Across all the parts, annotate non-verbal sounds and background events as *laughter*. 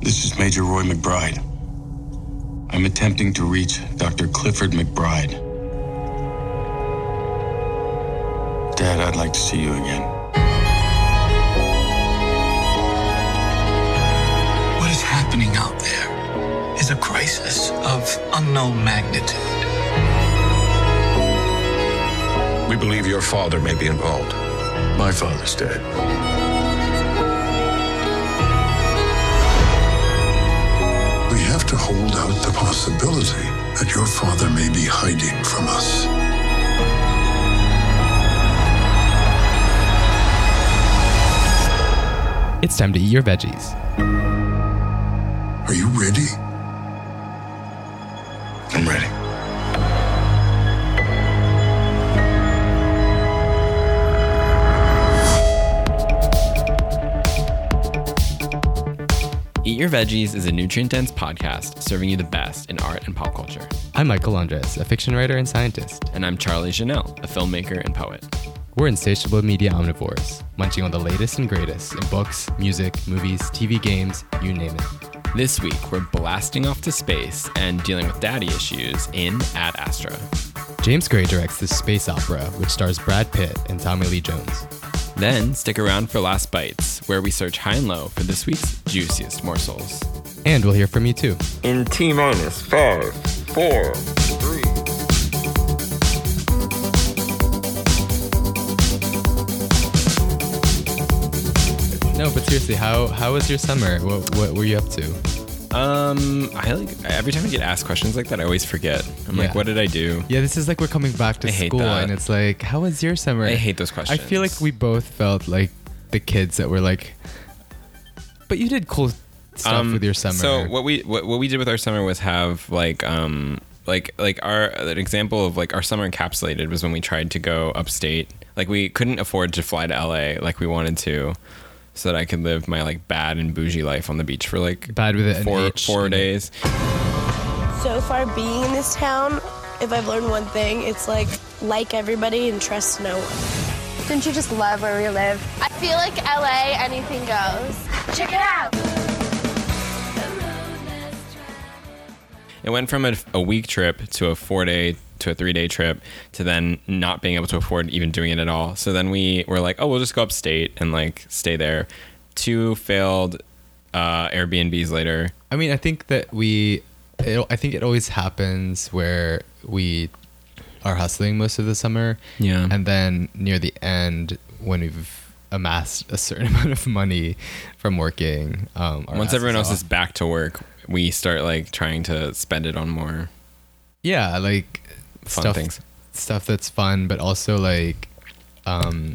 This is Major Roy McBride. I'm attempting to reach Dr. Clifford McBride. Dad, I'd like to see you again. What is happening out there is a crisis of unknown magnitude. We believe your father may be involved. My father's dead. We have to hold out the possibility that your father may be hiding from us. It's time to eat your veggies. Are you ready? I'm ready. Eat Your Veggies is a nutrient dense podcast serving you the best in art and pop culture. I'm Michael Andres, a fiction writer and scientist. And I'm Charlie Janelle, a filmmaker and poet. We're insatiable media omnivores, munching on the latest and greatest in books, music, movies, TV games, you name it. This week, we're blasting off to space and dealing with daddy issues in Ad Astra. James Gray directs this space opera, which stars Brad Pitt and Tommy Lee Jones. Then stick around for Last Bites, where we search high and low for this week's juiciest morsels. And we'll hear from you too. in T minus five, four, three. No, but seriously, how how was your summer? What what were you up to? Um, I like every time I get asked questions like that, I always forget. I'm Yeah. like, what did I do? Yeah, this is like we're coming back to I hate school, that. and it's like, how was your summer? I hate those I questions. feel like we both felt like the kids that were like, but you did cool stuff Um, with your summer. So what we what, what we did with our summer was have like um like like our an example of like our summer encapsulated was when we tried to go upstate. Like we couldn't afford to fly to LA like we wanted to, so that I could live my like bad and bougie life on the beach for like Bad with an four H four in it. days. So far, being in this town, if I've learned one thing, it's like like everybody and trust no one. Don't you just love where we live? I feel like LA, anything goes. Check it out. It went from a, a week trip to a four day to a three day trip to then not being able to afford even doing it at all. So then we were like, oh, we'll just go upstate and like stay there. Two failed uh, Airbnbs later. I mean, I think that we, it, I think it always happens where we are hustling most of the summer. Yeah. And then near the end, when we've amassed a certain *laughs* amount of money from working, um, our Once everyone asses else off. is back to work, we start like trying to spend it on more. yeah, like Fun stuff, things. stuff that's fun, but also like, um,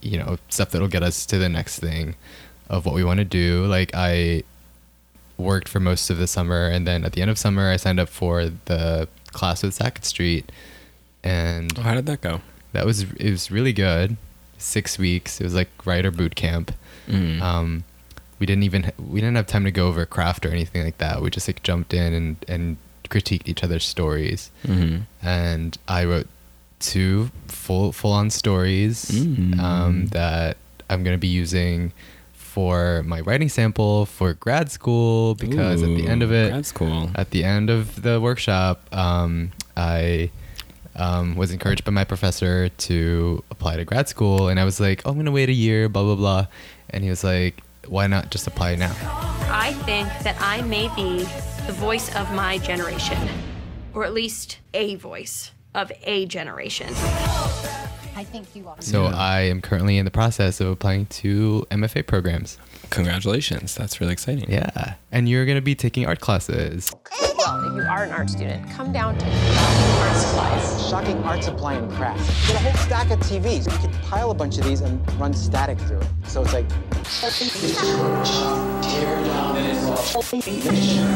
you know, stuff that'll get us to the next thing of what we want to do. Like I worked for most of the summer, and then at the end of summer, I signed up for the class with Sackett Street, and How did that go? that was it was really good. Six weeks. It was like writer boot camp. Um, we didn't even we didn't have time to go over craft or anything like that. We just like jumped in and and critiqued each other's stories. And I wrote two full full on stories um, that I'm gonna be using for my writing sample for grad school because at the end of it that's cool. at the end of the workshop, um, I um, was encouraged by my professor to apply to grad school, and I was like, oh, "I'm gonna wait a year," blah blah blah, and he was like, "Why not just apply now?" I think that I may be the voice of my generation, or at least a voice of a generation. I think you are. So I am currently in the process of applying to MFA programs. Congratulations. That's really exciting. Yeah, and you're gonna be taking art classes. Well, if you are an art student, come down to art supplies. Shocking art supply and craft. Get a whole stack of TVs. You could pile a bunch of these and run static through it. So it's like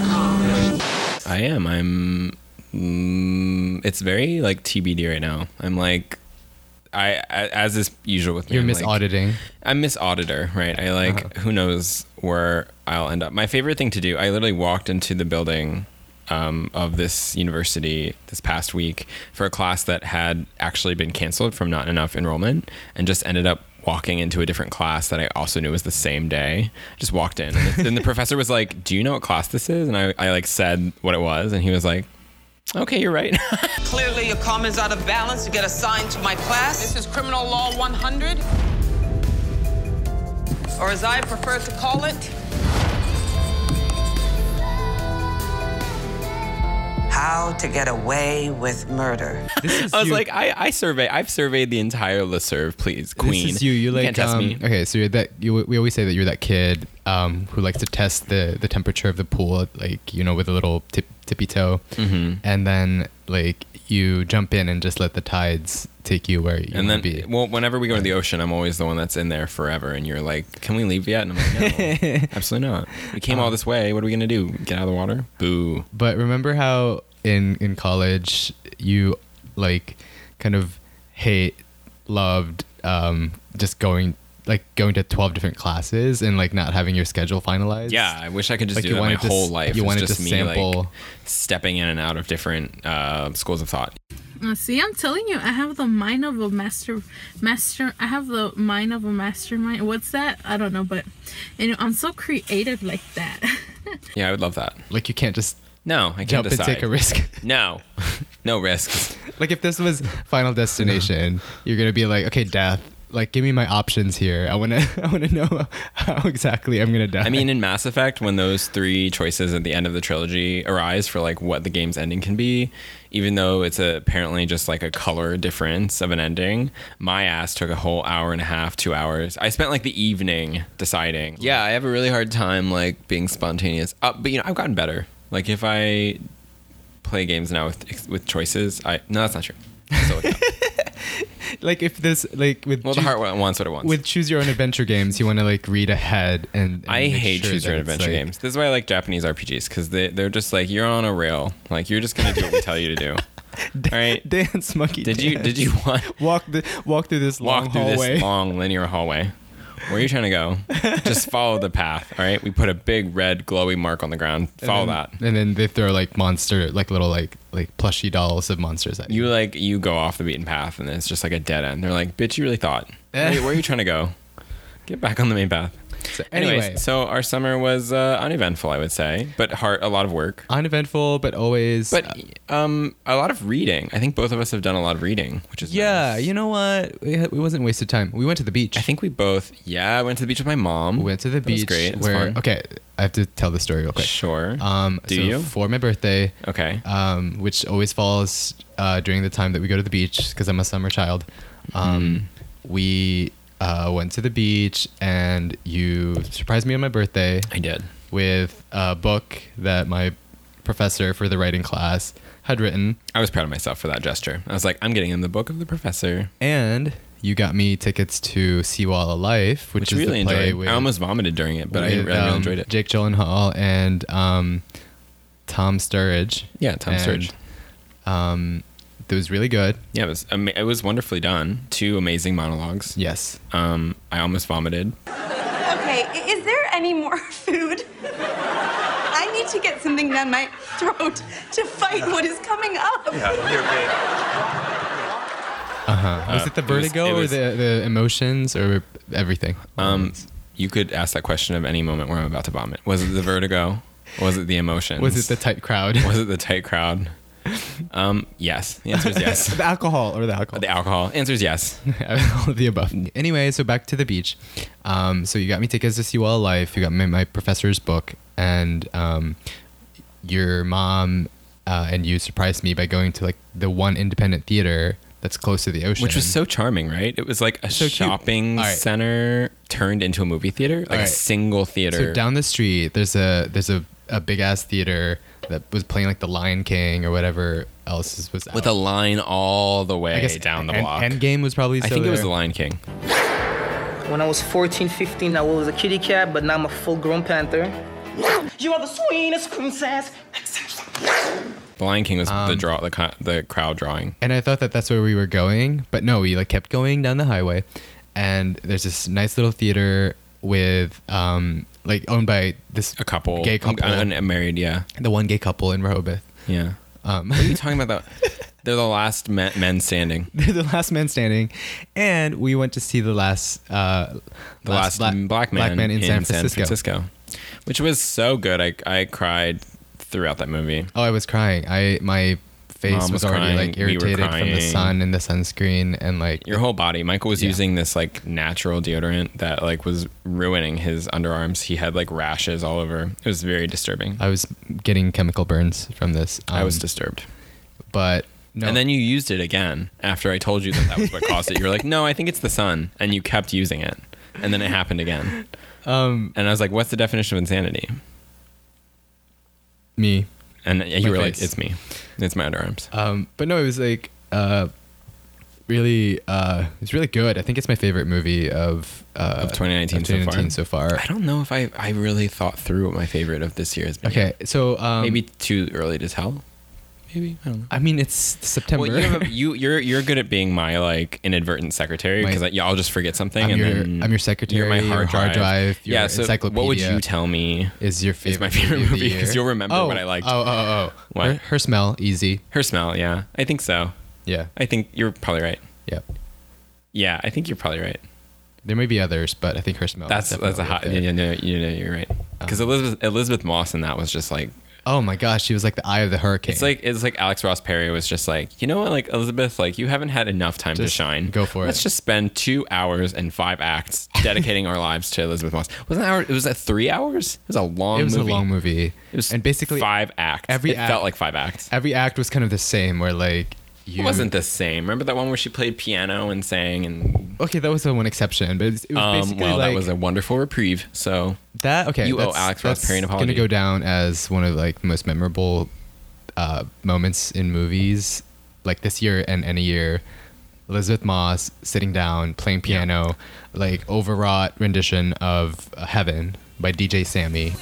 I am. I'm. Mm, it's very like TBD right now. I'm like, I, I as is usual with me. You're I'm, miss like- auditing. I'm Miss Auditor, right? I like Uh-huh. who knows where I'll end up. My favorite thing to do, I literally walked into the building um, of this university this past week for a class that had actually been canceled from not enough enrollment and just ended up walking into a different class that I also knew was the same day. Just walked in, and, the, and the *laughs* professor was like, "Do you know what class this is?" And I, I like said what it was, and he was like, "Okay, you're right." *laughs* Clearly, your comment's out of balance. You get assigned to my class. This is Criminal Law 100, or as I prefer to call it, How to Get Away with Murder. I was like, I, I survey, I've surveyed the entire listserv, please, queen. This is you. You like can't test um, me. okay. So you're that you, we always say that you're that kid um, who likes to test the the temperature of the pool, like you know, with a little tip, tippy toe, Mm-hmm. and then like you jump in and just let the tides take you where you And want then, to be. well, whenever we go to the ocean, I'm always the one that's in there forever. And you're like, "Can we leave yet?" And I'm *laughs* like, "No, absolutely not. We came Um, all this way. What are we gonna do? Get out of the water? Boo!" But remember how in in college you like kind of hate loved um, just going like going to 12 different classes and like not having your schedule finalized Yeah, I wish I could just Like, do you that my wanted to s- whole life. you It's wanted just to me, like, sample- stepping in and out of different uh, schools of thought. Uh, See, I'm telling you, I have the mind of a master, master. I have the mind of a mastermind. What's that? I don't know, but you know, I'm so creative like that. *laughs* Yeah, I would love that. like you can't just No, I can't jump decide. and take a risk *laughs* No, no risks. like if this was *laughs* final destination you're gonna be like okay death like give me my options here i want to *laughs* i want to know how exactly i'm gonna die I mean, in Mass Effect, when those three choices at the end of the trilogy arise for like what the game's ending can be, even though it's a, apparently just like a color difference of an ending, my ass took a whole hour and a half, two hours. I spent like the evening deciding. Yeah, I have a really hard time like being spontaneous. Uh, but you know, I've gotten better. Like if I play games now with with choices, I no, that's not true. *laughs* like if this like with Well, the heart wants what it wants. with choose your own adventure games you want to like read ahead and, and I make hate sure choose that your own it's, adventure like- games. This is why I like Japanese RPGs because they they're just like you're on a rail, like you're just gonna do what we tell you to do. All *laughs* right, dance monkey Did you did you want *laughs* walk the walk through this *laughs* long walk through hallway this long linear hallway? Where are you trying *laughs* to go? just follow the path. All right, we put a big red glowy mark on the ground. Follow and that. then, and then they throw like monster like little like like plushy dolls of monsters at you You like you go off the beaten path and it's just like a dead end. They're like, bitch, you really *laughs* thought. Where, where are you trying to go? Get back on the main path. So Anyways, anyway. so our summer was uh, uneventful, I would say, but heart a lot of work. uneventful but always uh, But um, a lot of reading. I think both of us have done a lot of reading, which is yeah nice. you know what it wasn't wasted time we went to the beach I think we both. Yeah, I went to the beach with my mom. We went to the That was beach. great. It was where fun. okay, I have to tell the story real quick. Sure. Um, Do so you? for my birthday, Okay. um, which always falls uh, during the time that we go to the beach because I'm a summer child. Um, Mm-hmm. We uh, went to the beach and you surprised me on my birthday I did. with a book that my professor for the writing class had written, I was proud of myself for that gesture. I was like, I'm getting him the book of the professor, and you got me tickets to Seawall of Life, which, which is really the play enjoyed. with I almost vomited during it, but I with, really, really um, enjoyed it. Jake Gyllenhaal and um, Tom Sturridge. Yeah, Tom And, Sturridge. Um, it was really good. Yeah, it was. Ama- it was wonderfully done. Two amazing monologues. Yes. Um, I almost vomited. Okay, i- is there any more *laughs* food? I need to get something down my throat to fight what is coming up. Uh-huh. Was Uh, it the it was- vertigo it was- or the, the emotions or everything? Um, you could ask that question of any moment where I'm about to vomit. Was it the vertigo? was it the emotions? Was it the tight crowd? *laughs* Was it the tight crowd? Um, yes. The answer *laughs* is yes. the alcohol or the alcohol? the alcohol. Answer is yes. *laughs* All of the above. Anyway, so back to the beach. Um, so you got me tickets to Seawall Life. You got me my professor's book, and um, your mom uh, and you surprised me by going to like the one independent theater that's close to the ocean, Which was so charming, right? It was like a So cute. shopping All right. center turned into a movie theater, like All a right. single theater. So down the street, there's a there's a, a big ass theater that was playing like The Lion King or whatever else is- was out. with a line all the way I guess down the End- block. Endgame was probably. I still think it was there. The Lion King. When I was 14, 15, I was a kitty cat, but now I'm a full grown panther. You are the sweetest princess. The Lion King was Um, the draw, the co- the crowd drawing. And I thought that that's where we were going, but no, we like kept going down the highway, and there's this nice little theater with um like owned by this A couple, gay couple, un- un- married, yeah, the one gay couple in Rehoboth. *laughs* yeah. Um, *laughs* What are you talking about? That They're the last men, men standing. They're the last man standing, and we went to see the last uh, The last, bla- black, man in, San, Francisco. Francisco, which was so good. I I cried throughout that movie. Oh, I was crying. I my face Mom was, was already crying. like We were irritated from the crying. sun and the sunscreen and like Your whole body. Michael was using this like natural deodorant that like was ruining his underarms. He had like rashes all over. It was very disturbing. I was getting chemical burns from this. I was disturbed, but Um, no. And then you used it again after I told you that that was what caused it. You were like, "No, I think it's the sun," and you kept using it, and then it happened again. Um, and I was like, "What's the definition of insanity?" Me. And you My were like, face. "It's me. It's my underarms." Um, but no, it was like uh, really, uh, it's really good. I think it's my favorite movie of uh, Of 2019 so far? so far. I don't know if I I really thought through what my favorite of this year has been. Okay, so um, maybe too early to tell. Maybe I don't know. I mean, it's September. Well, you *laughs* have a, you you're you're good at being my like inadvertent secretary My- because yeah, I'll just forget something I'm and your- then I'm your secretary, your hard drive, your yeah, so what would encyclopedia you tell me? Is your favorite? Is my favorite movie of the movie because year. you'll remember Oh, what I liked. Oh, oh, oh. What? Her, her smell, easy. Her smell, yeah. I think so. Yeah. I think you're probably right. Yeah. Yeah, I think you're probably right. There may be others, but I think her smell. that's that's a hot. You know, you know, you're right. Because Um, Elizabeth Elizabeth Moss in that was just like Oh my gosh, she was like the eye of the hurricane. It's like it's like Alex Ross Perry was just like, you know what, like Elizabeth, like you haven't had enough time to Just shine. go for Let's it." just spend two hours and *laughs* five acts dedicating our lives to Elizabeth Moss. Wasn't that it was that three hours? It was a long. it was movie. a long movie. It was and basically five acts. Every it act- felt like five acts. every act was kind of the same. Where like you It wasn't the same. Remember that one where she played piano and sang and. Okay, that was the one exception, but it's- it was Um, basically well, like that was a wonderful reprieve. So that. Okay, you owe that's- Alex Ross that's Perry an apology. Gonna go down as one of like the most memorable uh, moments in movies, like this year and any year. Elizabeth Moss sitting down playing piano, like overwrought rendition of uh, Heaven by DJ Sammy.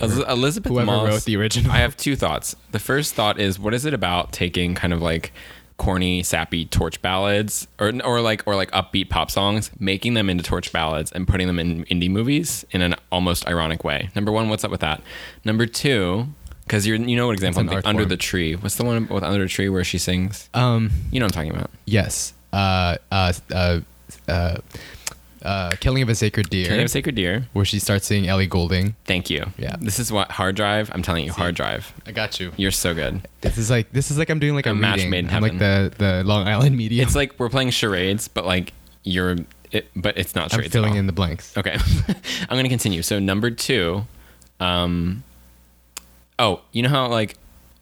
Eliz- Elizabeth whoever Moss, wrote the original. I have two thoughts. The first thought is, what is it about taking kind of like corny, sappy torch ballads, or or like or like upbeat pop songs, making them into torch ballads and putting them in indie movies in an almost ironic way? Number one, what's up with that? Number two, because you you know what example? an I'm art thinking? under form. the tree. What's the one with under the tree where she sings? Um, you know what I'm talking about. Yes. Uh, uh, uh, uh, uh, Killing of a Sacred Deer. Killing of a Sacred Deer. Where she starts seeing Ellie Goulding. Thank you. Yeah. This is what hard drive. I'm telling you, hard drive. I got you. You're so good. This is like this is like I'm doing like a, A match reading. made in I'm like the the Long Island media. It's like we're playing charades, but like you're, it, but it's not I'm charades. at filling all. in the blanks. Okay, *laughs* I'm gonna continue. So number two, um, oh, you know how like,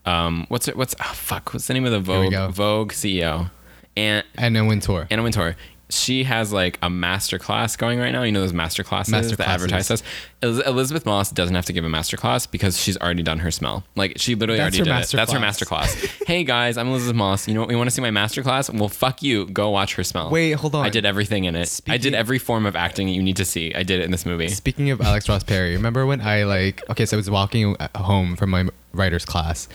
um, what's it? What's oh fuck? What's the name of the we Vogue go. Vogue E CEO? And Anna Wintour. Anna Wintour. She has like a master class going right now. You know those master classes Master that advertise us. classes. Eliz- Elizabeth Moss doesn't have to give a master class because she's already done her smell. Like she literally That's already her did master it. That's her class. master class. *laughs* hey guys, I'm Elizabeth Moss. You know what? You want to see my master class? Well, fuck you. Go watch her smell. Wait, hold on. I did everything in it. I did every form of acting you need to see. I did it in this movie. Speaking of Alex Ross Perry, remember when I like okay, so I was walking home from my writer's class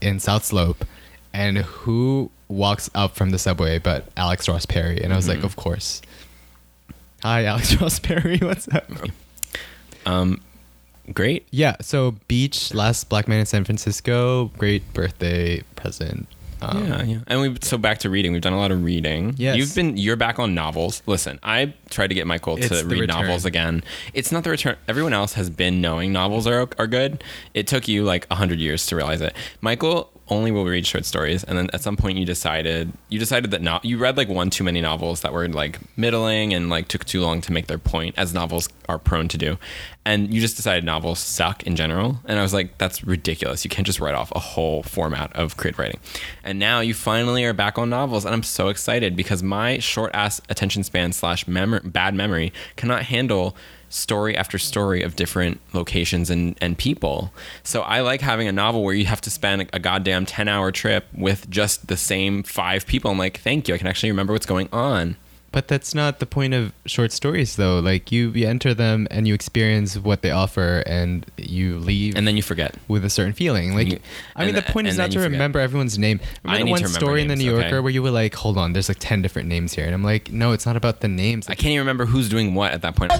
in South Slope, and who walks up from the subway but Alex Ross Perry? And I was Mm-hmm. like, of course. Hi, *laughs* Alex Ross Perry. What's up? Oh. Um, great. Yeah. So Beach, last black man in San Francisco. Great birthday present. Um, yeah, yeah. And we so back to reading. We've done a lot of reading. Yes. You've been you're back on novels. Listen, I tried to get Michael It's to the read return. novels again. It's not the return. Everyone else has been knowing novels are are good. It took you like 100 years to realize it. Michael only will read short stories and then at some point you decided you decided that not you read like one too many novels that were like middling and like took too long to make their point as novels are prone to do and you just decided novels suck in general and i was like that's ridiculous you can't just write off a whole format of creative writing and now you finally are back on novels and i'm so excited because my short ass attention span slash mem- bad memory cannot handle story after story of different locations and, and people so i like having a novel where you have to spend a goddamn 10 hour trip with just the same five people i'm like thank you i can actually remember what's going on But that's not the point of short stories, though. Like you, you enter them and you experience what they offer, and you leave, and then you forget with a certain feeling. Like, You- I mean, and the th- point is and not then to you forget. remember everyone's name. Remember I the need one to remember story in the names, New Yorker okay. where you were like, "Hold on, there's like ten different names here," and I'm like, "No, it's not about the names." I can't even remember who's doing what at that point.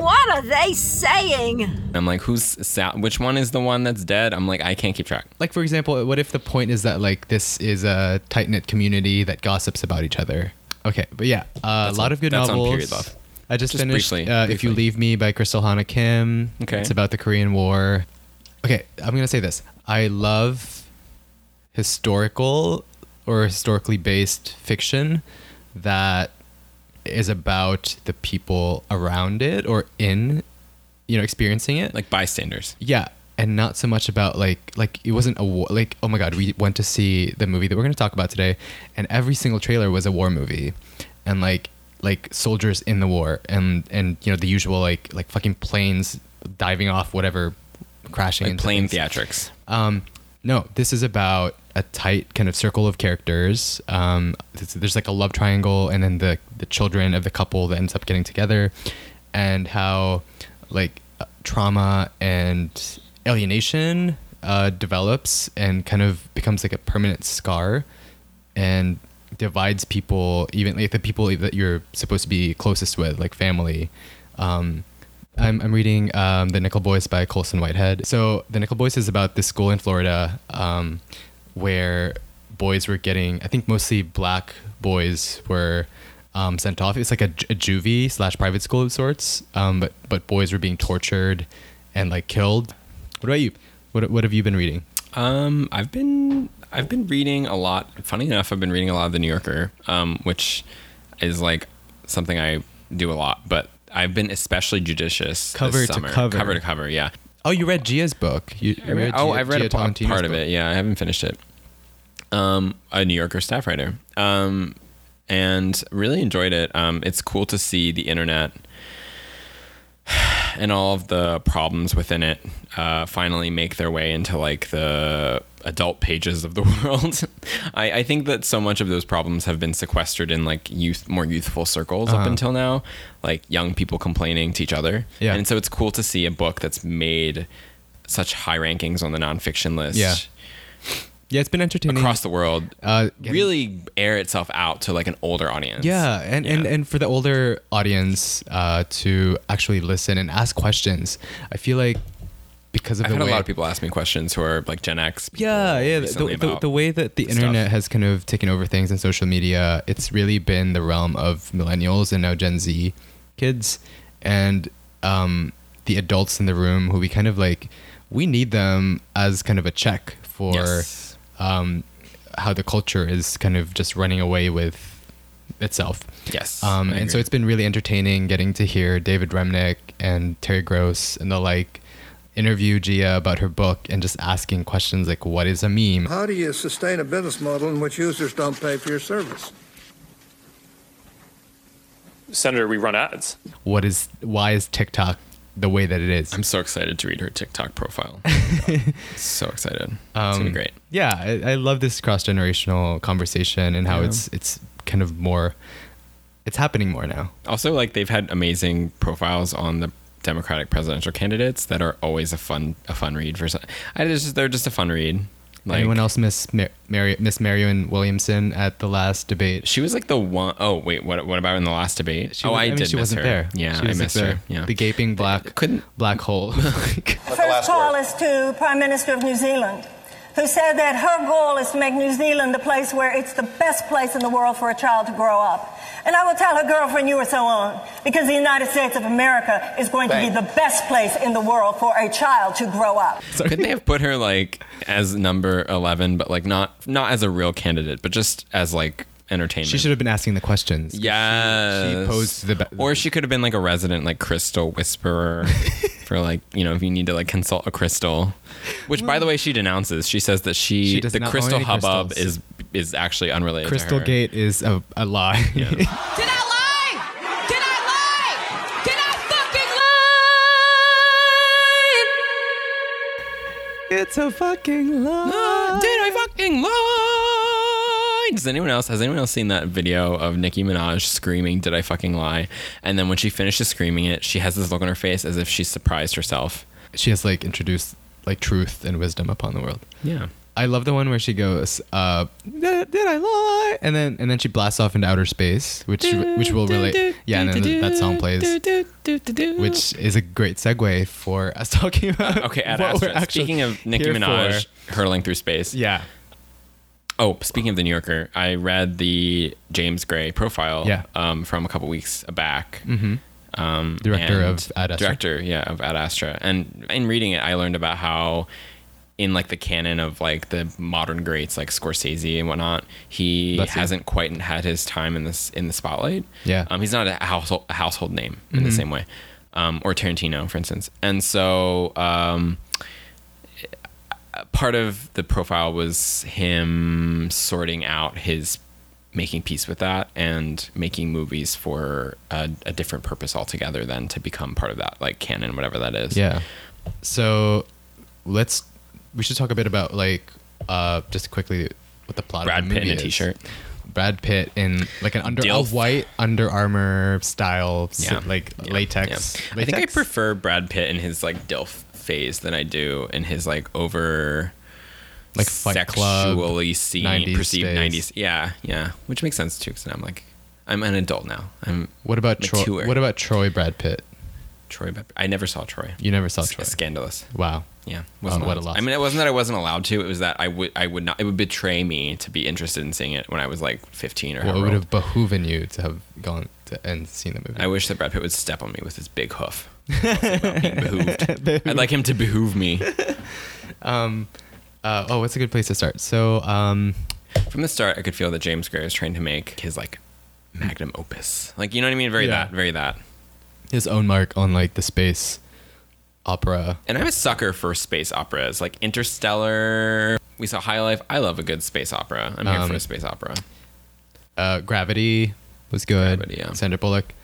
What are they saying? I'm like, who's Sal? Which one is the one that's dead? I'm like, I can't keep track. Like for example, what if the point is that like this is a tight knit community that gossips about each other? Okay, but yeah, uh, a That's lot on- of good that's on novels. Period Love. I just, Just finished briefly, uh, "If You briefly. Leave Me" by Crystal Hannah Kim. Okay. it's about the Korean War. Okay, I'm gonna say this. I love historical or historically based fiction that is about the people around it or in you know experiencing it like bystanders yeah and not so much about like like it wasn't a war like oh my god we went to see the movie that we're going to talk about today and every single trailer was a war movie and like like soldiers in the war and and you know the usual like like fucking planes diving off whatever crashing Like into plain things. theatrics. Um, no, this is about a tight kind of circle of characters. Um, there's, there's like a love triangle, and then the the children of the couple that ends up getting together, and how like uh, trauma and alienation uh, develops and kind of becomes like a permanent scar, and divides people, even like the people that you're supposed to be closest with, like family. Um, I'm, I'm reading um, The Nickel Boys by Colson Whitehead. So, The Nickel Boys is about this school in Florida um, where boys were getting, I think mostly black boys were um, sent off. It's like a, ju- a juvie slash private school of sorts, um, but, but boys were being tortured and like killed. What about you? What, what have you been reading? Um, I've been I've been reading a lot. Funny enough, I've been reading a lot of the New Yorker, um, which is like something I do a lot. But I've been especially judicious this Cover to summer. cover. cover to cover. Yeah. Oh, you read Gia's book. You, you read oh, Gia- I've read Gia a pa- Tolentino's part of book. it. Yeah, I haven't finished it. Um, a New Yorker staff writer. Um, and really enjoyed it. Um, it's cool to see the internet and all of the problems within it uh, finally make their way into like the adult pages of the *laughs* world. I, I think that so much of those problems have been sequestered in like youth, more youthful circles up Uh-huh. until now, like young people complaining to each other. Yeah. And so it's cool to see a book that's made such high rankings on the nonfiction list Yeah. Yeah, it's been entertaining. across the world Uh, really air itself out to like an older audience. Yeah, and, and, and for the older audience uh, to actually listen and ask questions, I feel like because of I've the had way a lot of people ask me questions who are like Gen X. people yeah, yeah. The, recently the, about the way that the stuff. internet has kind of taken over things and social media, it's really been the realm of millennials and now Gen Z kids and um, the adults in the room who we kind of like, we need them as kind of a check for um, how the culture is kind of just running away with itself. Yes. Um, I and so agree. it's been really entertaining getting to hear David Remnick and Terry Gross and the like interview Gia about her book and just asking questions like, what is a meme? How do you sustain a business model in which users don't pay for your service? Senator, we run ads. What is, why is TikTok the way that it is? I'm so excited to read her *laughs* TikTok profile. so excited. it's Um, gonna be great. Yeah, I, I love this cross generational conversation and how Yeah. it's it's kind of more, it's happening more now. Also, like they've had amazing profiles on the Democratic presidential candidates that are always a fun a fun read for. some- I just they're just a fun read. Like Anyone else miss Mar- Mary, Miss Marion Williamson at the last debate? she was like the one oh wait, what what about in the last debate? She oh, was- I, mean, did She miss wasn't her. there. Yeah, she I was missed there. her. Yeah. the gaping black black hole. *laughs* *laughs* First call is to Prime Minister of New Zealand, who said that her goal is to make New Zealand the place where it's the best place in the world for a child to grow up. And I will tell her girlfriend you were so on, because the United States of America is going to be the best place in the world for a child to grow up. Couldn't they have put her like as number eleven, but like not not as a real candidate, but just as like entertainment? She should have been asking the questions. Yeah, she posed the or she could have been like a resident like crystal whisperer for like you know if you need to like consult a crystal, which by the way she denounces. She says that she, She does the not own crystal any hubbub crystals. is is actually unrelated. Crystal to her. Gate is a, a lie. *laughs* It's a fucking lie. *gasps* Did I fucking lie? does anyone else has anyone else seen that video of Nicki Minaj screaming "Did I fucking lie?" And then when she finishes screaming it, she has this look on her face as if she's surprised herself. She has like introduced like truth and wisdom upon the world. Yeah. I love the one where she goes, uh, did, did I lie? And then and then she blasts off into outer space, which which will relate. Yeah, and then that song plays, which is a great segue for us *laughs* talking about. Okay, Ad what we're Astra. actually Speaking of Nicki here Minaj for. hurling through space. Yeah. Oh, speaking of the New Yorker, I read the James Gray profile Yeah. um, from a couple weeks back. Mhm. Um, Director and- of Ad Astra. Director, yeah, of Ad Astra. And in reading it, I learned about how, in like the canon of like the modern greats like Scorsese and whatnot, he Bless you. hasn't quite had his time in this in the spotlight. Yeah. Um, he's not a household a household name in the Mhm. same way, um, or Tarantino, for instance. And so, um, part of the profile was him sorting out his making peace with that and making movies for a, a different purpose altogether than to become part of that like canon, whatever that is. Yeah. So let's we should talk a bit about like uh just quickly what the plot Brad of the Pitt movie in a is. t-shirt. Brad Pitt in like an under a Dilf. white Under Armour style s- Yeah. like Yeah. latex. I think I latex? prefer Brad Pitt in his like Dilf phase than I do in his like over Like Fight Club, sexually seen 90s perceived phase. nineties. Yeah, yeah. Which makes sense too, because I'm like I'm an adult now. I'm What about mature. Troy? What about Troy Brad Pitt? Troy Bep- I never saw Troy. You never saw It's Troy. Scandalous. Wow. Yeah. Wasn't what a allowed- loss. I mean, it wasn't that I wasn't allowed to. It was that I would I would not. It would betray me to be interested in seeing it when I was like 15 or. well, it however would old. have behooven you to have gone to, and seen the movie. I wish that Brad Pitt would step on me with his *laughs* big hoof. Being behooved. I'd like him to *laughs* behoove me. um, uh, oh, what's a good place to start? So, um, From the start, I could feel that James Gray was trying to make his like magnum opus. Like you know what I mean? Very Yeah. that. Very that. his own mark on like the space opera. And I'm a sucker for space operas, like Interstellar. We saw High Life. I love a good space opera. I'm here Um, for a space opera. Uh, Gravity was good. Gravity, yeah. Sandra Bullock.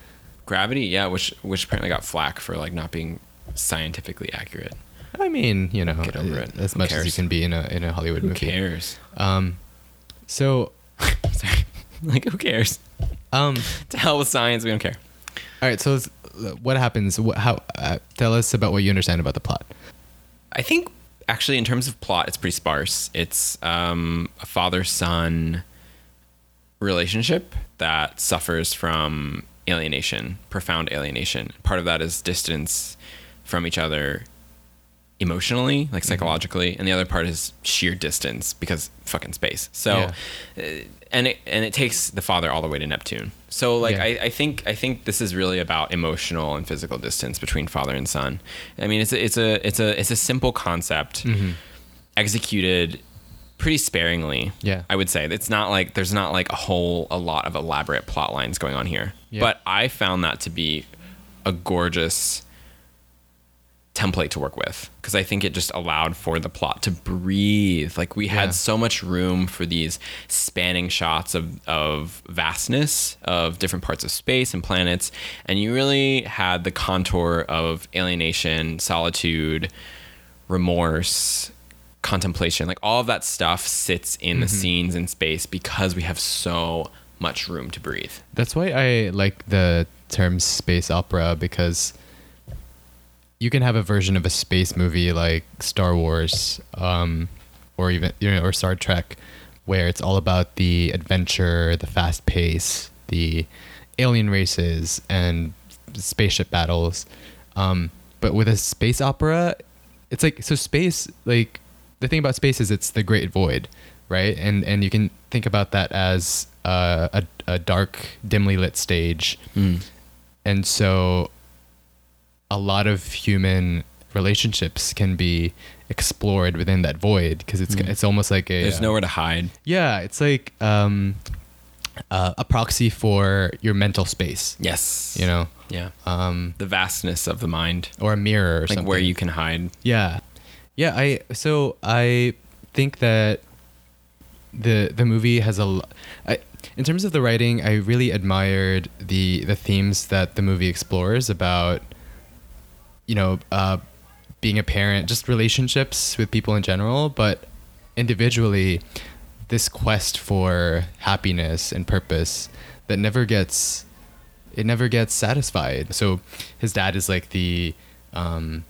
Gravity, yeah, which which apparently got flack for like not being scientifically accurate. I mean, you know, Get over it. as Who much as you cares? can be in a in a Hollywood Who movie. cares? Um, so, *laughs* sorry, *laughs* like who cares? Um, *laughs* to hell with science, we don't care. all right. So, let's- uh, what happens? What, how? Uh, tell us about what you understand about the plot. I think actually, in terms of plot, it's pretty sparse. It's um, a father son relationship that suffers from alienation, profound alienation. Part of that is distance from each other emotionally, like psychologically, and the other part is sheer distance because fucking space. So, uh, and it and it takes the father all the way to Neptune. So like Yeah. I, I think I think this is really about emotional and physical distance between father and son. I mean it's a, it's a it's a it's a simple concept Mhm. executed pretty sparingly. Yeah. I would say it's not like there's not like a whole a lot of elaborate plot lines going on here. Yeah. But I found that to be a gorgeous template to work with because I think it just allowed for the plot to breathe. Like we Yeah. had so much room for these spanning shots of of vastness of different parts of space and planets, and you really had the contour of alienation, solitude, remorse, contemplation. Like all of that stuff sits in the Mhm. scenes in space because we have so much room to breathe. That's why I like the term space opera because you can have a version of a space movie like Star Wars, um, or even you know, or Star Trek, where it's all about the adventure, the fast pace, the alien races, and spaceship battles. Um, but with a space opera, it's like so space. Like the thing about space is it's the great void, right? And and you can think about that as uh, a a dark, dimly lit stage, and so a lot of human relationships can be explored within that void because it's Mm. it's almost like a There's uh, nowhere to hide. yeah it's like um uh, a proxy for your mental space Yes. you know Yeah. um The vastness of the mind. or a mirror or like something where you can hide. Yeah. Yeah, I so I think that the the movie has a l- I, in terms of the writing, I really admired the the themes that the movie explores about you know, uh being a parent, just relationships with people in general, but individually this quest for happiness and purpose that never gets it never gets satisfied. So his dad is like the um,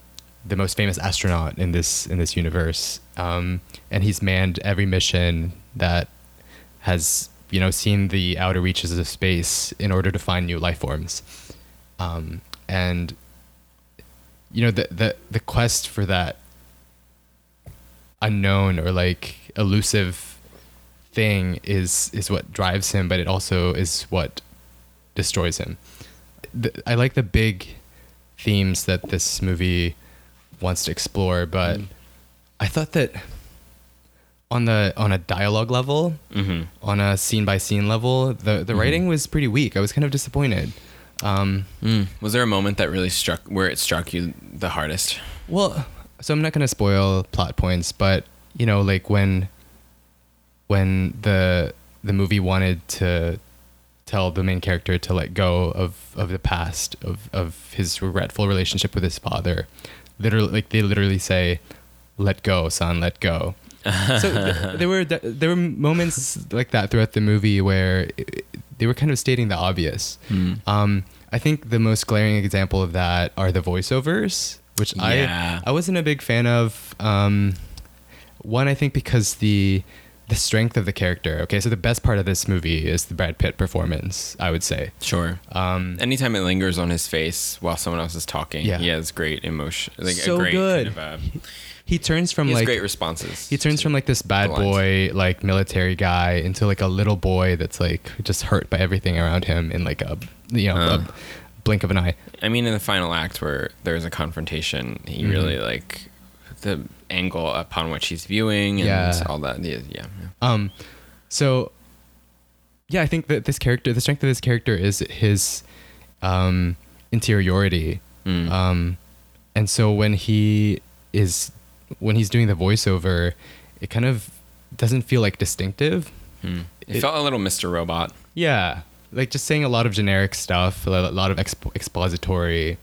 the most famous astronaut in this in this universe, um, and he's manned every mission that has you know seen the outer reaches of space in order to find new life forms, um, and you know the the the quest for that unknown or like elusive thing is is what drives him, but it also is what destroys him. The, I like the big themes that this movie wants to explore, but I thought that on the on a dialogue level, Mhm. on a scene by scene level, the the Mhm. writing was pretty weak. I was kind of disappointed. Um, Was there a moment that really struck where it struck you the hardest? Well, so I'm not going to spoil plot points, but you know, like when when the the movie wanted to tell the main character to let go of of the past of of his regretful relationship with his father, literally, like they literally say, "Let go, son, let go." so *laughs* th- there were there were moments like that throughout the movie where it, they were kind of stating the obvious. Hmm. Um, I think the most glaring example of that are the voiceovers, which Yeah. I I wasn't a big fan of. Um, one, I think because the the strength of the character. Okay, so the best part of this movie is the Brad Pitt performance. I would say. Sure. Um, Anytime it lingers on his face while someone else is talking, Yeah. he has great emotion. Like So a great good. Kind of a, he turns from he has like great responses. He turns from like this bad boy, like military guy, into like a little boy that's like just hurt by everything around him in like a you know Huh. a blink of an eye. I mean, in the final act where there's a confrontation, he Mhm. really like the angle upon which he's viewing and Yeah. all that. Yeah, yeah. Um, so yeah, I think that this character, the strength of this character is his um, interiority. Um, and so when he is when he's doing the voiceover, it kind of doesn't feel like distinctive. Hmm. It, It- felt a little Mr. Robot. Yeah, like just saying a lot of generic stuff, a lo- lot of exp- expository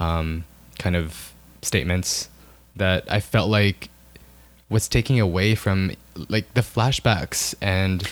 um, kind of statements that I felt like was taking away from like the flashbacks and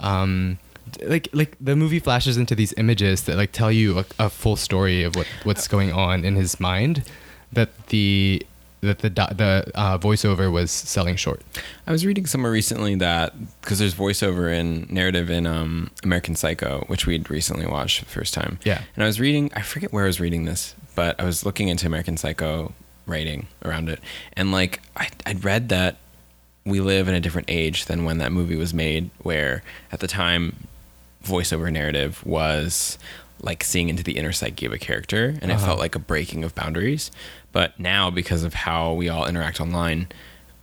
um, d- like like the movie flashes into these images that like tell you a, a full story of what what's going on in his mind that the that the do- the uh, voiceover was selling short. I was reading somewhere recently that because there's voiceover in narrative in um, American Psycho, which we'd recently watched for the first time. Yeah. And I was reading, I forget where I was reading this, but I was looking into American Psycho writing around it. And like, I, I'd read that we live in a different age than when that movie was made, where at the time, voiceover narrative was like seeing into the inner psyche of a character. And it Uh-huh. felt like a breaking of boundaries. But now, because of how we all interact online,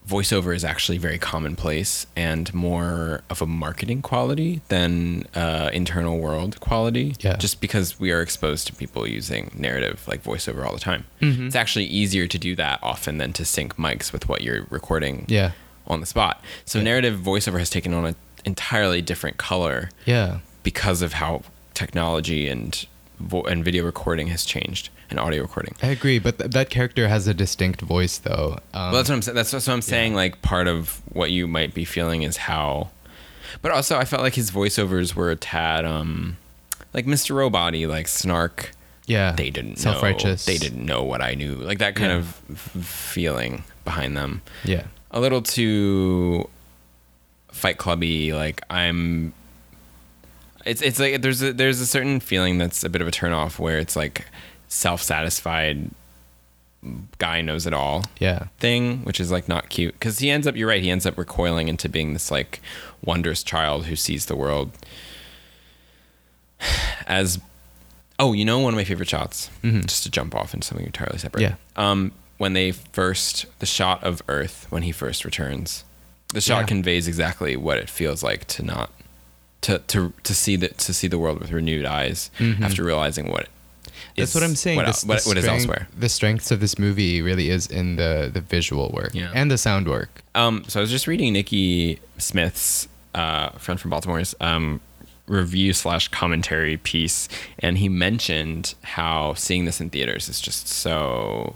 voiceover is actually very commonplace and more of a marketing quality than uh, internal world quality. Yeah. Just because we are exposed to people using narrative like voiceover all the time. Mhm. It's actually easier to do that often than to sync mics with what you're recording Yeah. on the spot. So narrative voiceover has taken on an entirely different color Yeah. because of how technology and vo- and video recording has changed and audio recording. I agree, but th- that character has a distinct voice though. Um, well, that's what I'm saying. That's, that's what I'm saying. Like part of what you might be feeling is how, but also I felt like his voiceovers were a tad, um, like Mr. Robot, like snark. Yeah, they didn't Uh, self-righteous. Know, they didn't know what I knew. Like that kind Yeah. of f- feeling behind them. Yeah. a little too Fight Clubby. Like I'm. It's it's like there's a there's a certain feeling that's a bit of a turnoff where it's like self satisfied guy knows it all Yeah. thing, which is like not cute because he ends up. You're right. He ends up recoiling into being this like wondrous child who sees the world as. Oh, you know one of my favorite shots. Mhm. Just to jump off into something entirely separate. Yeah. Um, when they first the shot of Earth when he first returns, the shot Yeah. conveys exactly what it feels like to not to to to see that to see the world with renewed eyes Mhm. after realizing what. That's is- what I'm saying. What, This- el- what- the what is strength- elsewhere? The strengths of this movie really is in the the visual work Yeah. and the sound work. Um, so I was just reading Nikki Smith's uh, friend from Baltimore's um, review slash commentary piece, and he mentioned how seeing this in theaters is just so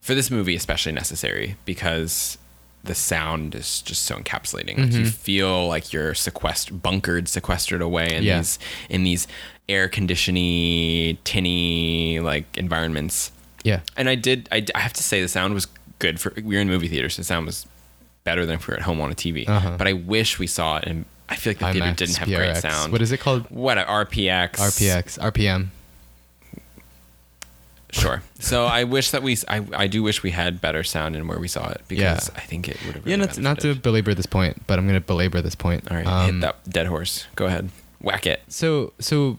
for this movie especially necessary because the sound is just so encapsulating. Like Mhm. you feel like you're sequestered, bunkered, sequestered away in Yeah. these in these air conditiony, tinny like environments. Yeah. And I did. I, I have to say the sound was good for. We were in movie theaters. So the sound was better than if we were at home on a TV. Uh-huh. But I wish we saw it. And I feel like the theater IMAX, didn't have great PRX. sound. What is it called? What a RPX. RPX, RPM. Sure. So I wish that we. I, I do wish we had better sound in where we saw it because Yeah. I think it would have. yeah, really not, not to benefited. belabor this point, but I'm going to belabor this point. Um, All right, hit that dead horse. Go ahead, whack it. So, so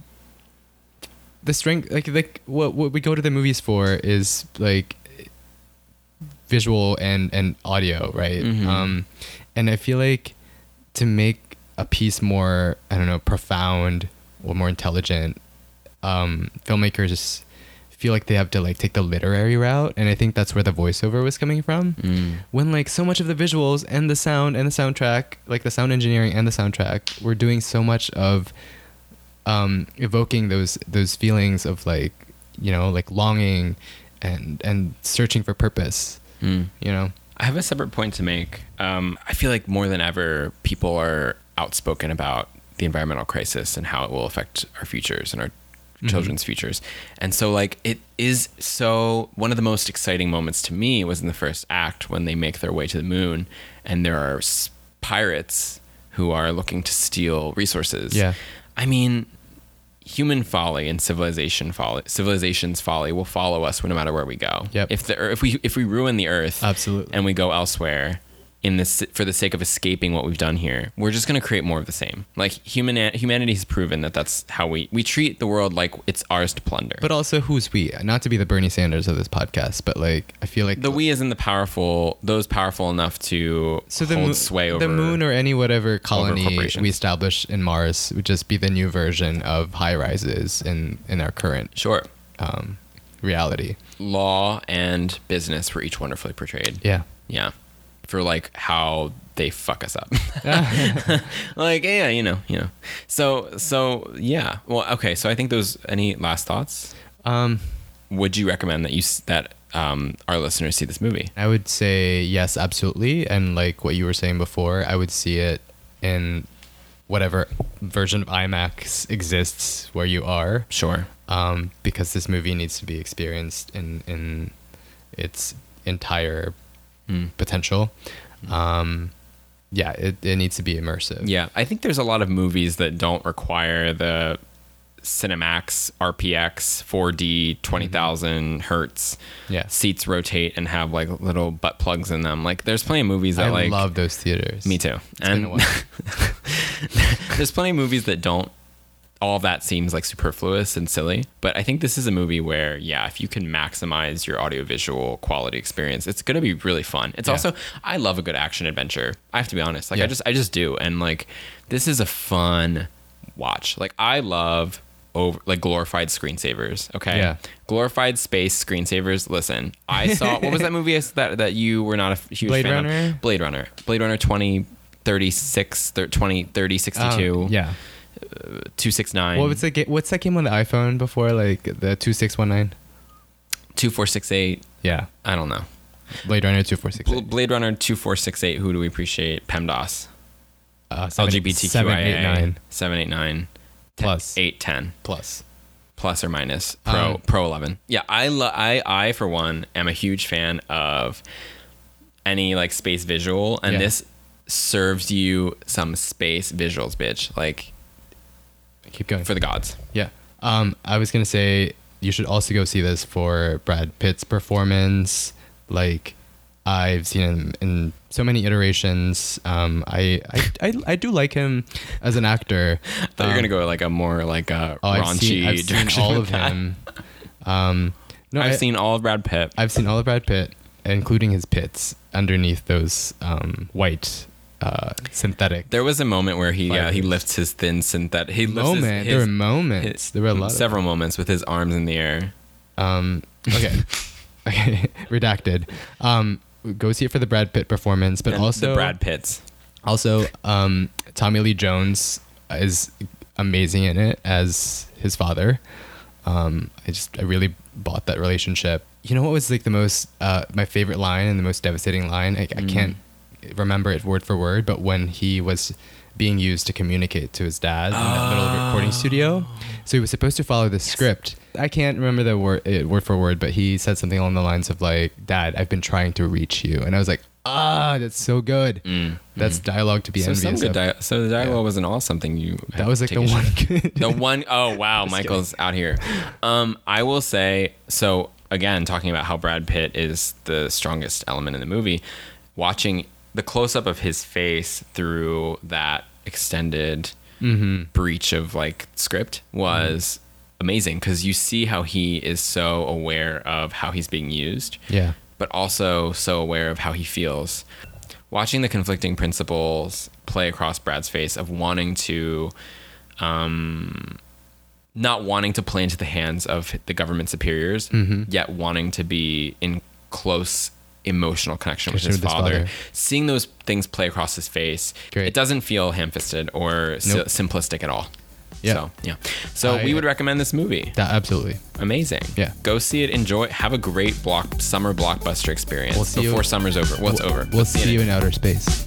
the strength, like, like what what we go to the movies for is like visual and and audio, right? Mhm. Um, and I feel like to make a piece more, I don't know, profound or more intelligent, um, filmmakers feel like they have to like take the literary route, and I think that's where the voiceover was coming from. When like so much of the visuals and the sound and the soundtrack, like the sound engineering and the soundtrack, were doing so much of um, evoking those those feelings of like you know like longing and and searching for purpose. Mm. You know. I have a separate point to make. Um, I feel like more than ever, people are outspoken about the environmental crisis and how it will affect our futures and our Mhm. children's futures. And so, like, it is so one of the most exciting moments to me was in the first act when they make their way to the moon and there are s- pirates who are looking to steal resources. Yeah. I mean, human folly and civilization folly, civilization's folly will follow us no matter where we go. Yep. If the ear- if we if we ruin the earth, absolutely, and we go elsewhere in this for the sake of escaping what we've done here, we're just going to create more of the same. Like human humanity has proven that that's how we we treat the world like it's ours to plunder. But also, who's we? Not to be the Bernie Sanders of this podcast, but like I feel like the we isn't the powerful; those powerful enough to the hold mo- sway over the moon or any whatever colony corporations. we establish in Mars would just be the new version of high rises in in our current sure um, reality. law and business were each wonderfully portrayed. Yeah. Yeah. For like how they fuck us *laughs* up. like, yeah, you know, you know. So so yeah. Well, okay, so I think those any last thoughts? Um would you recommend that you s- that um our listeners see this movie? I would say yes, absolutely, and like what you were saying before, I would see it in whatever version of IMAX exists where you are. Sure. Um, because this movie needs to be experienced in in its entire Hmm. potential. Um, yeah, it, it needs to be immersive. Yeah, I think there's a lot of movies that don't require the Cinemax, RPX, 4D, 20,000 hertz. Yeah. Seats rotate and have like little butt plugs in them. Like there's plenty of movies that I like love those theaters. Me too. and *laughs* there's plenty of movies that don't. All of that seems like superfluous and silly, but I think this is a movie where, yeah, if you can maximize your audiovisual quality experience, it's going to be really fun. It's Yeah. also, I love a good action adventure. I have to be honest, like I Yeah. just, I just do, and like this is a fun watch. Like I love over like glorified screensavers. Okay, Yeah. glorified space screensavers. Listen, I saw *laughs* what was that movie I s- that that you were not a f- huge Blade fan of? Runner? Blade Runner. Blade Runner 20, 36, thir- 20, 30, 62. Oh, yeah. Uh, 269. What was the ga- what's that game on the iPhone before like the two six one nine? 2468. Yeah. I don't know. Blade Runner two four six. Bl- Blade Runner 2468. Who do we appreciate? PEMDAS. Uh, seven- LGBTQIA. seven, eight, nine. 789. Plus. 810. Plus. Plus or minus. Pro, Um, pro 11. Yeah, I, lo- I, I, for one, am a huge fan of any like space visual, and Yeah. this serves you some space visuals, bitch. Like, keep going. For the gods. Yeah. Um, I was gonna say you should also go see this for Brad Pitt's performance. Like I've seen him in so many iterations. Um, I, I I I do like him as an actor. thought you were gonna go like a more like a Um, Oh, raunchy I've seen, I've seen direction all with of that. him. Um, no, I've I- seen all of Brad Pitt. I've seen all of Brad Pitt, including his pits underneath those um, white uh, synthetic. There was a moment where he uh, he Fibers. lifts his thin synthetic. He lifts his- Moment. His, There were moments. his- There were a lot of Several moments with his arms in the air. Um, okay. *laughs* okay. *laughs* Redacted. Um, go see it for the Brad Pitt performance, but And the also Brad Pitts. Also, um, Tommy Lee Jones is amazing in it as his father. Um, I just I really bought that Mm. relationship. You know what was like the most uh, my favorite line and the most devastating line? I, I can't remember it word for word, but when he was being used to communicate to his dad in that little Oh. recording studio, so he was supposed to follow the script. I can't remember the word it, word for word, but he said something along the lines of like, "Dad, I've been trying to reach you," and I was like, "Ah, that's so good. that's dialogue to be Mm. Mm-hmm. So envious some good of." dia- so the dialogue wasn't all something you. That was, like, the one the one oh wow, Michael's out here. Um, I will say so again. Talking about how Brad Pitt is the strongest element in the movie, watching the close up of his face through that extended Mm-hmm. breach of like script was amazing because you see how he is so aware of how he's being used Yeah. but also so aware of how he feels. Watching the conflicting principles play across Brad's face of wanting to, um, not wanting to play into the hands of the government superiors, Mhm. yet wanting to be in close emotional connection with Connection his, with his father. father. Seeing those things play across his face, it doesn't feel ham fisted or si- Nope. simplistic at all. Yeah. So, yeah. So I- we would recommend this movie. *laughs* That absolutely. Amazing. Yeah. Go see it. Enjoy. Have a great block summer blockbuster experience We'll see you- before summer's over. Well, it's We'll- over. We'll see you in outer space.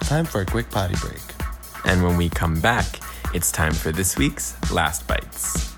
Time for a quick potty break. And when we come back, it's time for this week's Last Bites.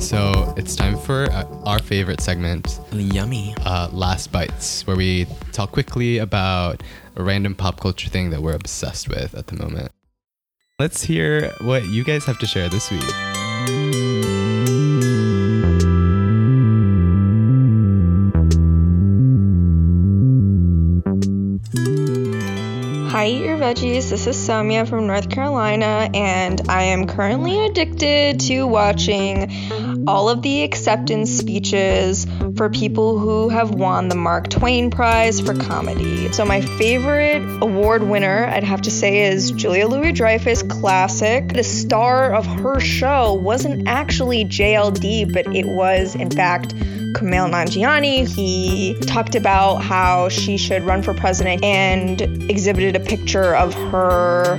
So it's time for uh, our favorite segment, Yummy uh, Last Bites, where we talk quickly about a random pop culture thing that we're obsessed with at the moment. Let's hear what you guys have to share this week. Hi, Eat Your Veggies. This is Samia from North Carolina, and I am currently addicted to watching all of the acceptance speeches for people who have won the Mark Twain Prize for comedy. So, my favorite award winner, I'd have to say, is Julia Louis Dreyfus Classic. The star of her show wasn't actually JLD, but it was, in fact, Kumail Nanjiani. He talked about how she should run for president and exhibited a picture of her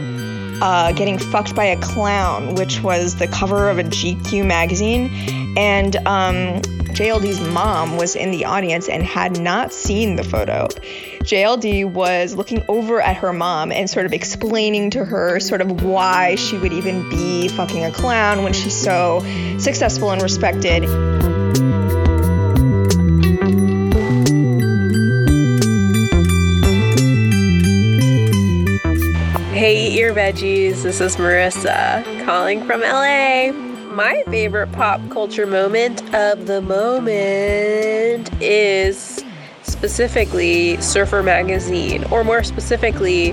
uh, getting fucked by a clown, which was the cover of a GQ magazine. And um, JLD's mom was in the audience and had not seen the photo. JLD was looking over at her mom and sort of explaining to her sort of why she would even be fucking a clown when she's so successful and respected. Hey, eat your veggies. This is Marissa calling from LA. My favorite pop culture moment of the moment is specifically Surfer Magazine, or more specifically,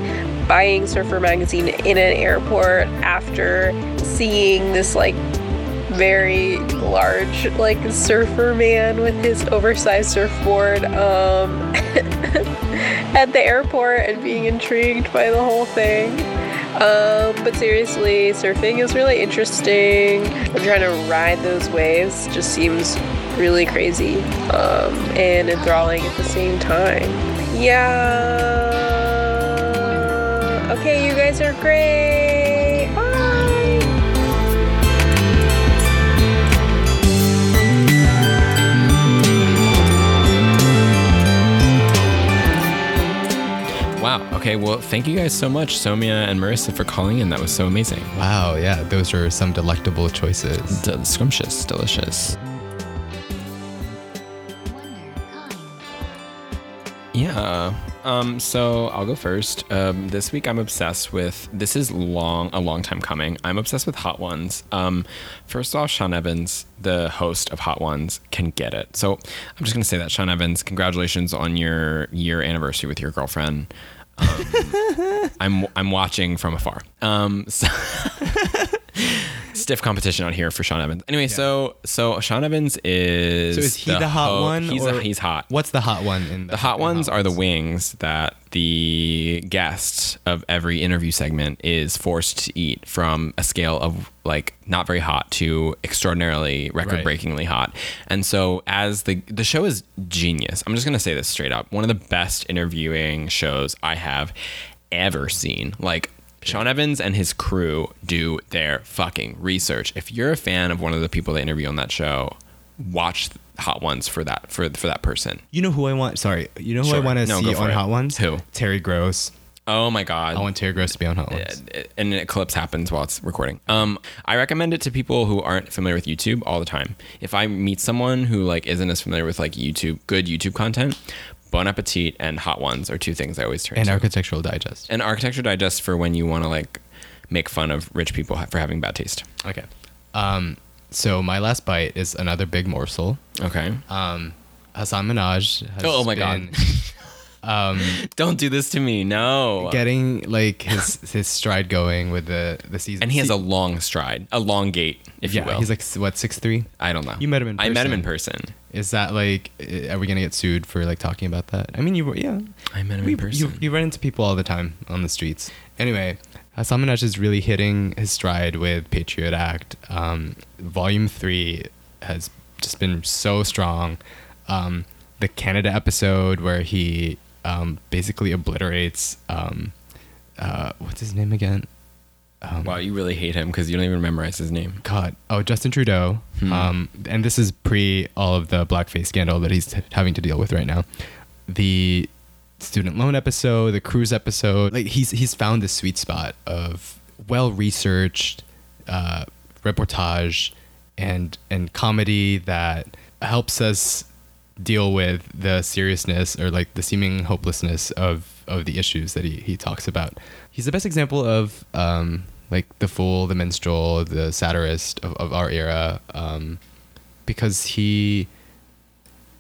buying Surfer Magazine in an airport after seeing this like very large like surfer man with his oversized surfboard um *laughs* at the airport and being intrigued by the whole thing. Um, but seriously, surfing is really interesting. I'm trying to ride those waves just seems really crazy um, and enthralling at the same time. Yeah. Okay, you guys are great. Bye. Wow. Okay. Well, thank you guys so much, Somia and Marissa, for calling in. That was so amazing. Wow, yeah, those are some delectable choices. scrumptious, delicious. Yeah. Um, so I'll go first. Um, this week I'm obsessed with this is long a long time coming. I'm obsessed with Hot Ones. Um, first off, Sean Evans, the host of Hot Ones, can get it. So I'm just gonna say that Sean Evans, congratulations on your year anniversary with your girlfriend. *laughs* Um, I'm I'm watching from afar. Um, so stiff competition out here for Sean Evans. Anyway, so so Sean Evans is. So is he the hot ho- one, Oh, He's or- he's hot. What's the hot one in The hot ones are the wings that the guest of every interview segment is forced to eat from a scale of like not very hot to extraordinarily record-breakingly hot. And so as the the show is genius. I'm just going to say this straight up. One of the best interviewing shows I have ever seen. Like Sean Evans and his crew do their fucking research. If you're a fan of one of the people they interview on that show, watch Hot Ones for that for for that person. You know who I want? Sorry, you know who I Sure. want to No, go see for on it. Hot Ones? Who? Terry Gross. Oh my god! I want Terry Gross to be on Hot Ones. and an eclipse happens while it's recording. Um, I recommend it to people who aren't familiar with YouTube all the time. If I meet someone who like isn't as familiar with like YouTube, good YouTube content, Bon Appetit and Hot Ones are two things I always turn And to. Architectural Digest. and Architecture Digest for when you want to like make fun of rich people ha- for having bad taste. Okay. Um, so my last bite is another big morsel. Okay. Um, Hassan Minaj. Has Oh, oh my God. *laughs* been, Um, Don't do this to me. No. getting like his his stride going with the the season. And he has a long stride, a long gait, if yeah, you will. he's like s- what six three. I don't know. You met him in. I Person. met him in person. Is that like? i- Are we gonna get sued for like talking about that? I mean, you were yeah. I met him We- in person. You, you run into people all the time on the streets. Anyway, Hassan Minaj is really hitting his stride with Patriot Act. Um, volume three has just been so strong. Um, the Canada episode where he um, basically obliterates um, uh, what's his name again? wow, you really hate him because you don't even memorize his name. God. Oh, Justin Trudeau. Um, and this is pre all of the blackface scandal that he's t- having to deal with right now. The student loan episode, the cruise episode. Like he's he's found the sweet spot of well researched uh, reportage and and comedy that helps us deal with the seriousness or like the seeming hopelessness of of the issues that he, he talks about. He's the best example of um, like the fool, the minstrel, the satirist of, of our era, um, because he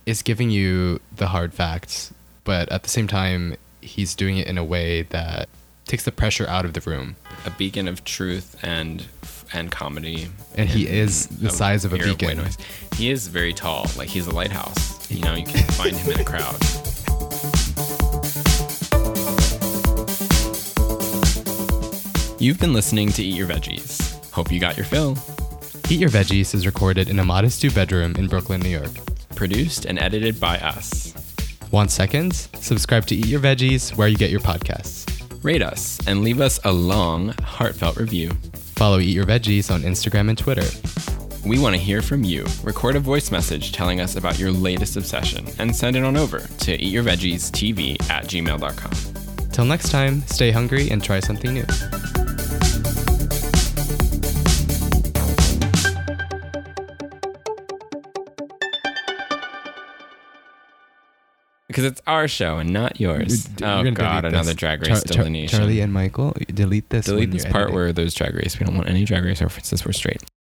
is giving you the hard facts, but at the same time, he's doing it in a way that takes the pressure out of the room. A beacon of truth and and comedy. And he is the size of a era beacon. white noise. He is very tall. Like he's a lighthouse. You know, *laughs* you can find him in a crowd. You've been listening to Eat Your Veggies. Hope you got your fill. Eat Your Veggies is recorded in a modest two bedroom in Brooklyn, New York. Produced and edited by us. Want seconds? Subscribe to Eat Your Veggies where you get your podcasts. Rate us and leave us a long, heartfelt review. Follow Eat Your Veggies on Instagram and Twitter. We want to hear from you. Record a voice message telling us about your latest obsession and send it on over to eatyourveggiestv at gmail.com. Till next time, stay hungry and try something new. Because it's our show and not yours. oh, God, another Drag Race delineation. Charlie and Michael, delete this. Delete this part where there's Drag Race. We don't want any Drag Race references. We're straight.